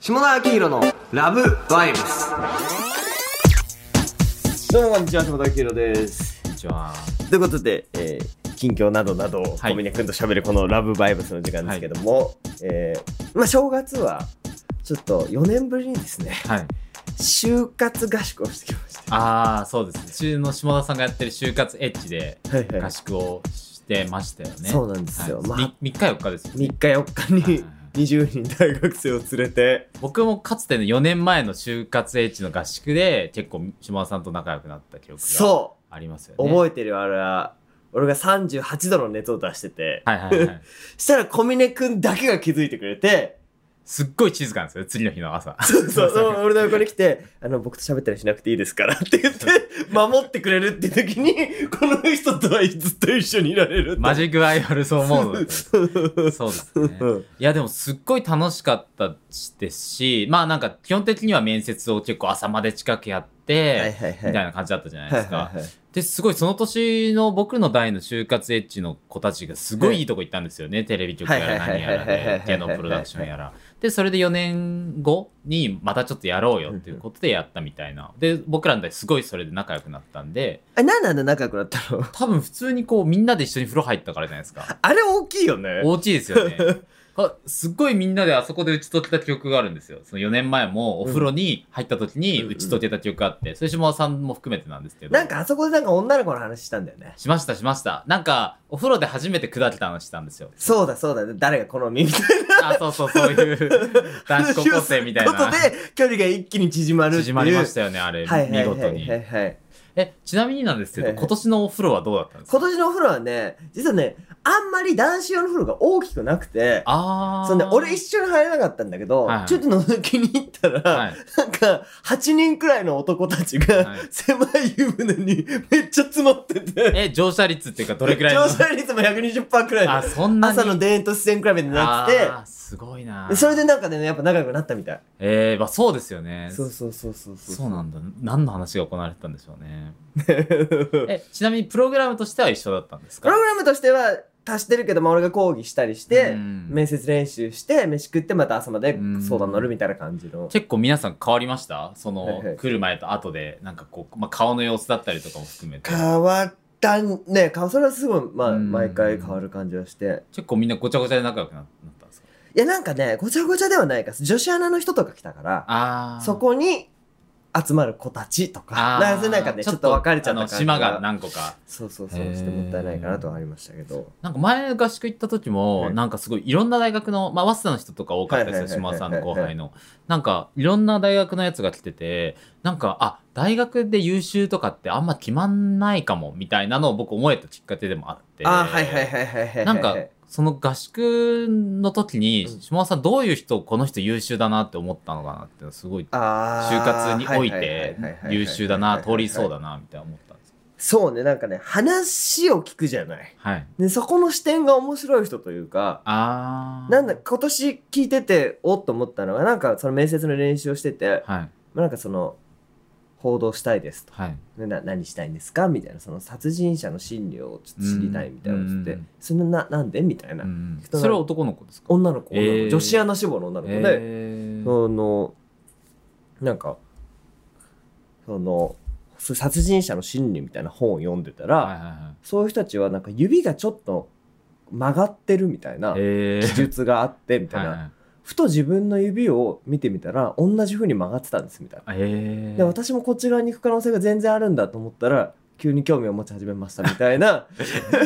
下田明宏のラブバイブスどうもこんにちは下田明宏ですこんにちは。ということで、えー近況などなどをはい小峰君と喋るこのラブバイブスの時間ですけども、えーまあ正月はちょっと4年ぶりにですねはい。就活合宿をしてきましたああ、そうです。うちの下田さんがやってる就活エッジではいはい合宿をしてましたよね。そうなんですよ、はいまあみ3日4日ですよ3日4日にはいはいは20人大学生を連れて僕もかつての4年前の就活エッジの合宿で結構下田さんと仲良くなった記憶がそうありますよね。覚えてるあれは俺が38度の熱を出してて、はいはいはい。したら小峰君だけが気づいてくれてすっごい静かなんですよ、次の日の朝。 そうそうそう俺の横に来て「あの僕と喋ったりしなくていいですから」って言って 守ってくれるって時にこの人とはずっと一緒にいられるマッジックアイドルそう思うのです。クそうですね。いやでもすっごい楽しかったですし、まあなんか基本的には面接を結構朝まで近くやって、はいはいはいみたいな感じだったじゃないはでいすか。はいはいで、すごいその年の僕の代の就活エッジの子たちがすごいいいとこ行ったんですよね。テレビ局やら何やらはいはいはいはいはいはいで、はい芸能プロダクションやら。で、それで4年後にまたちょっとやろうよっていうことでやったみたいな。で、僕らの代すごいそれで仲良くなったんで、あ何なんだ仲良くなったの多分普通にこうみんなで一緒に風呂入ったからじゃないで すか。あれ大きいよね大きいですよね。あすっごいみんなであそこで打ち解けた記憶があるんですよ。その4年前もお風呂に入った時にうん打ち解けた記憶があって、それ下田さんも含めてなんですけど。なんかあそこでなんか女の子の話したんだよね。しましたしました。なんか、お風呂で初めて砕けた話したんですよそうだそうだ誰が好みみたいな あ、そうそう、そういう男子高校生みたいことな。で距離が一気に縮まるっていう縮まりましたよね、あれ、はいは見いは事いには。いはいえ、ちなみになんですけはど、いはい今年のお風呂はどうだったんですか今年のお風呂はね実はねあんまり男子用の風呂が大きくなくてあー。そんで俺一緒に入れなかったんだけど、はいはいちょっと覗きに行ったら、はい。なんか8人くらいの男たちが、はい狭い湯船にめっちゃ詰まっててえ、乗車率っていうか、どれくらいの乗車率も120%くらいのあ、そんなに朝の田園と自然比べになっててあーすごいなでそれでなんかねやっぱ仲良くなったみたいえー、まあそうですよね。そうそうそうそうそ うなんだ。何の話が行われてたんでしょうね。え、ちなみにプログラムとしては一緒だったんですプかログラムとしては足してるけど、まあ、俺が講義したりして、うん面接練習して飯食ってまた朝までうん相談乗るみたいな感じの、結構皆さん変わりましたその、はいはい来る前と後で、なんかこう、まあ、顔の様子だったりとかも含めて。変わったんねかそれはすごい、まあ、うん毎回変わる感じはして結構みんなごちゃごちゃで仲良くななったんですかいやなんかねごちゃごちゃではないか女子アナの人とか来たからあーそこに集まる子たちとかあーなんかそれなんかねちょっと分かれちゃった感あのじ島が何個か。そうそうそうしてもったいないかなとはありましたけどなんか前合宿行った時も、はいなんかすごいいろんな大学の、まあ、早稲田の人とか多かったですよ、はいはいはいはい島さんの後輩の。なんかいろんな大学のやつが来てて、なんか、あ、大学で優秀とかってあんま決まんないかも、みたいなのを僕思えたきっかけでもあって。あーはいはいはいはいはいはいなんか、その合宿の時に、うん島田さんどういう人、この人優秀だなって思ったのかなって、すごい、あー就活においははてははは優秀だな、通りそうだな、みたいな思ったんですよそうね、なんかね、話を聞くじゃない。はい。で、そこの視点が面白い人というか、あー。なんだ、今年聞いてて、おっと思ったのが、なんかその面接の練習をしてて、はい。まあなんかその、報道したいですと。はい。でな何したいんですかみたいな、その殺人者の心理をちょっと知りたいみたいなこと言っうてん、それな、なんでみたいなう。んそれは男の子ですか女の子、えー女の子女子アナ志望の女の子で、えあの、なんか、その、殺人者の心理みたいな本を読んでたら、はいはいはいそういう人たちはなんか指がちょっと曲がってるみたいなえ記述があってみたいはいな、はいふと自分の指を見てみたら同じ風に曲がってたんですみたいな、あえーで私もこっち側に行く可能性が全然あるんだと思ったら急に興味を持ち始めましたみたい な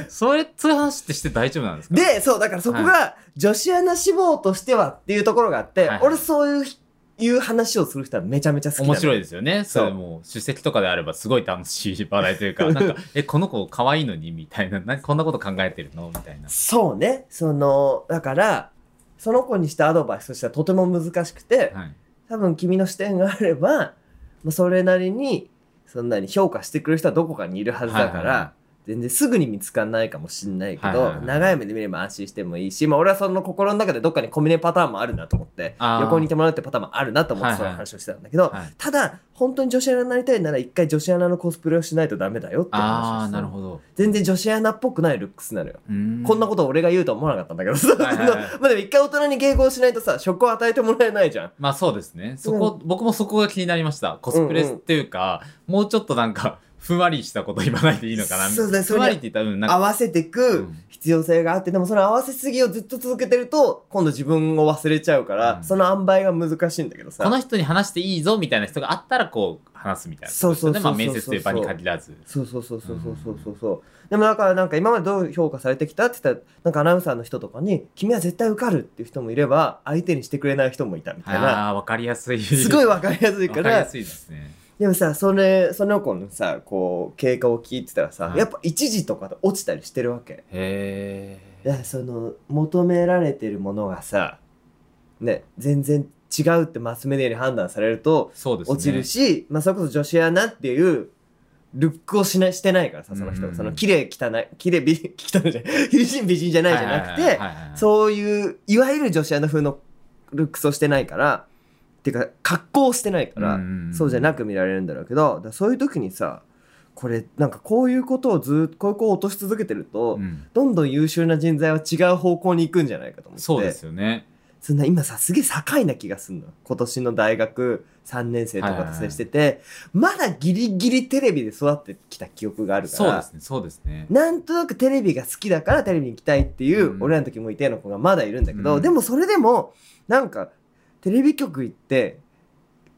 それそういう話ってして大丈夫なんですかでそうだからそこが女子アナ志望としてはっていうところがあって、はい俺そういういう話をする人はめちゃめちゃ好きなの面白いですよねそうそれも出席とかであればすごい楽しい話題というかなんかえこの子可愛いのにみたいななんかこんなこと考えてるのみたいなそうねそのだからその子にしたアドバイスとしてはとても難しくて、はい多分君の視点があれば、まあ、それなりにそんなに評価してくれる人はどこかにいるはずだから、はいはいは全然すぐに見つかんないかもしんないけはいはいどはい長い目で見れば安心してもいいし、まあ、俺はその心の中でどっかにコミネパターンもあるなと思ってあー横にいてもらうってパターンもあるなと思ってその話をしてたんだけど、はいただ本当に女子アナになりたいなら一回女子アナのコスプレをしないとダメだよって話をあしあてなたるほど全然女子アナっぽくないルックスなのよ。うーこんなことを俺が言うとは思わなかったんだけどさ、はいはいはい まあでも一回大人に迎合しないとさ、職を与えてもらえないじゃん。まあそうですね。そこ、僕もそこが気になりました。コスプレっていうか、もうちょっとなんか、ふんわりしたこと言わないでいいのかな。そうだねそれふんわりって言ったら、うん、なん合か、わせてうくん必要性があって、でもその合わせすぎをずっと続けてると、今度自分を忘れちゃうから、うんその塩梅が難しいんだけどさ。この人に話していいぞみたいな人があったら、こう、話すみたいな。そうそうそうそうまあ面接という場に限らず。そうそうそうそうそうそうそうそうでもだからなんか今までどう評価されてきたって言ったらなんかアナウンサーの人とかに「君は絶対受かる」っていう人もいれば相手にしてくれない人もいたみたいなああ、わかりやすい。すごい分かりやすいかわかりやらすいですね。でもさそれその子のさこう経過を聞いてたらさ、はいやっぱ一時とかで落ちたりしてるわけへだえ。からその求められてるものがさね全然違うってマスメディアに判断されるとそうですね。落ちるし、まあ、それこそ女子アナっていうルックをしないしてないからさその人、うんその綺麗汚い綺麗美 汚いじゃない美人美人じゃないじゃなくてそういういわゆる女子アナ風のルックスをしてないからっていうか格好をしてないから、そうじゃなくく見られるんだろうけどだからそういう時にさこれなんかこういうことをずっとこういう子を落とし続けてると、どんどん優秀な人材は違う方向に行くんじゃないかと思ってそうですよね。そんな今さすげえ境な気がすんの今年の大学3年生とかと接してて、まだギリギリテレビで育ってきた記憶があるかそうでらすね。そうですね。なんとなくテレビが好きだからテレビに行きたいっていう、うん俺らの時もいての子がまだいるんだけど、うんでもそれでもなんかテレビ局行って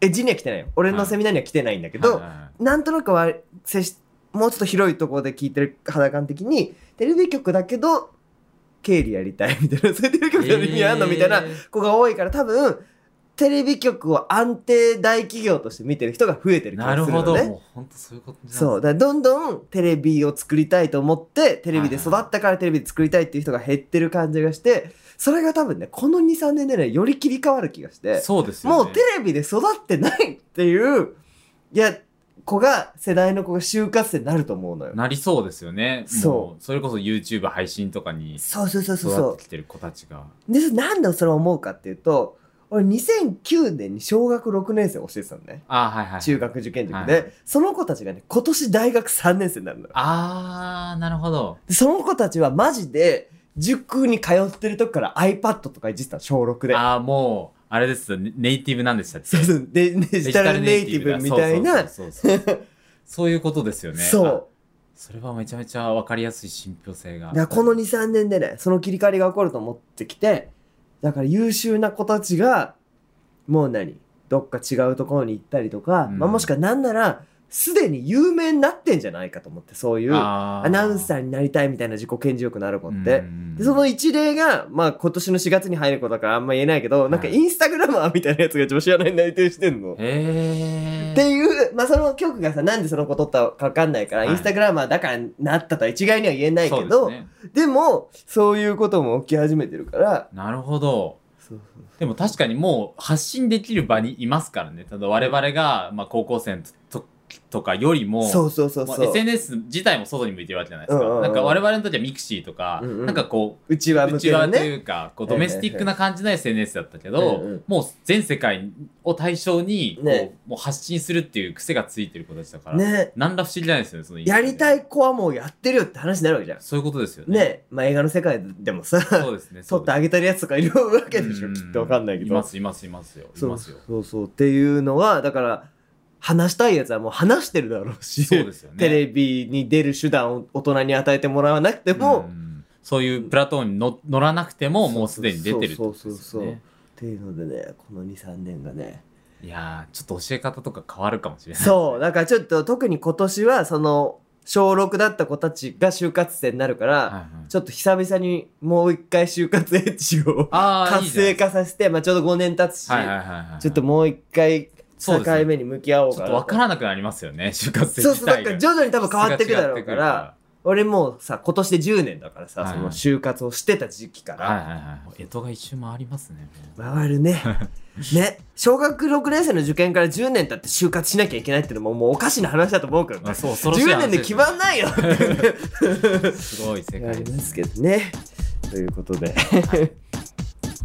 エッジには来てないよ俺のセミナーには来てないんだけど、はいはいはいなんとなくは接しもうちょっと広いところで聞いてる肌感的にテレビ局だけど経理やりたいみたいなそういうテレビ局の意味あんのみたいなへえ子が多いから多分テレビ局を安定大企業として見てる人が増えてる気ながるするほのど。ね。もう本当そういうことなんですねそうだからどんどんテレビを作りたいと思ってテレビで育ったからテレビで作りたいっていう人が減ってる感じがしてそれが多分ねこの23年でねより切り替わる気がしてそうですよね。もうテレビで育ってないっていう、いや、子が、世代の子が就活生になると思うのよ。なりそうですよね。そうもう。それこそ YouTube 配信とかにそうそうそうそう育っそてきてる子たちが。う。で、なんでそれを思うかっていうと、俺2009年に小学6年生を教えてたのね。ああ、はいはい。中学受験塾はいで、その子たちがね、今年大学3年生になるのよ。ああ、なるほど。でその子たちはマジで、塾に通ってる時から iPad とかいじってたの、小6で。ああ、もう、あれですよねネイティブなんでしたっけそうそうで、デジタルネイティブみたいな、そうそうそう そうそういうことですよね。そうあ。それはめちゃめちゃわかりやすい信憑性が。だからこの23年でねその切り替わりが起こると思ってきてだから優秀な子たちがもう何どっか違うところに行ったりとか、うんまあ、もしくはなんならすでに有名になってんじゃないかと思ってそういうアあナウンサーーになりたいみたいな自己顕示欲のある子っうて。んでその一例が、まあ、今年の4月に入る子だからあんま言えないけど、なんかはいインスタグラマーみたいなやつが女子アナに内定してんの。へっえ。ていう、まあ、その局がさなんでその子取ったか分かんないから、はいインスタグラマーだからなったとは一概には言えないけそど、うですねでもそういうことも起き始めてるからなるほど。そうそうでも確かにもう発信できる場にいますからね。ただ我々が、まあ、高校生のととかよりも、そうそうそうまあそう SNS 自体も外に向いてるわけじゃないですか。うんうんうんなんか我々の時はミクシーとか、うんうんなんかこうちう、は向内けの側といねうか、こうええドメスティックな感じの SNS だったけど、うんうんもう全世界を対象にこう、ねもう発信するっていう癖がついてる子たちだから、ねなんら不思議じゃないですよね、そのやりたい。い子はもうやってるよって話になるわけじゃんそういうことですよね。ねまあ映画の世界でもさそうで すね。撮ってあげたりやつとかいるわけでしょうきっとわかんないけいまどす、います、いますよ。いそまうすよ。そうそうっていうのはだから話したいやつはもう話してるだろうしそうですよね。テレビに出る手段を大人に与えてもらわなくても、うっんそういうプラットフォームに乗乗らなくてももうすでに出てるってことですよねそうそうそうていうのでねこの23年がねいやーちょっと教え方とか変わるかもしれないそう、だからちょっと特に今年はその小6だった子たちが就活生になるから、はいはいちょっと久々にもう一回就活エッジをあーい活いじゃな性いですか化させて、まあちょうど5年経つし、はいはいはいはいちょっともう一回そ境うですね目に向き合おうちかょっなと分からなくなりますよね就活生 そうそう、自だ体かがら徐々に多分変わっていくだろうから、俺もうさ、今年で10年だからさ、はいその就活をしてた時期から、はいはいはい。江戸が一周回ります ね。もう回る ね。ね、小学6年生の受験から10年経って就活しなきゃいけないってのももうおかしな話だと思うけどねあ。そう、恐ろしい10話年で決まんないよっていうねすごい世あ界りでますすけね。どね。ということで、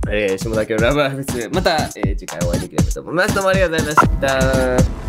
えー、下田家のラブライブ2、また、えー次回お会いできればと思います。どうもありがとうございました。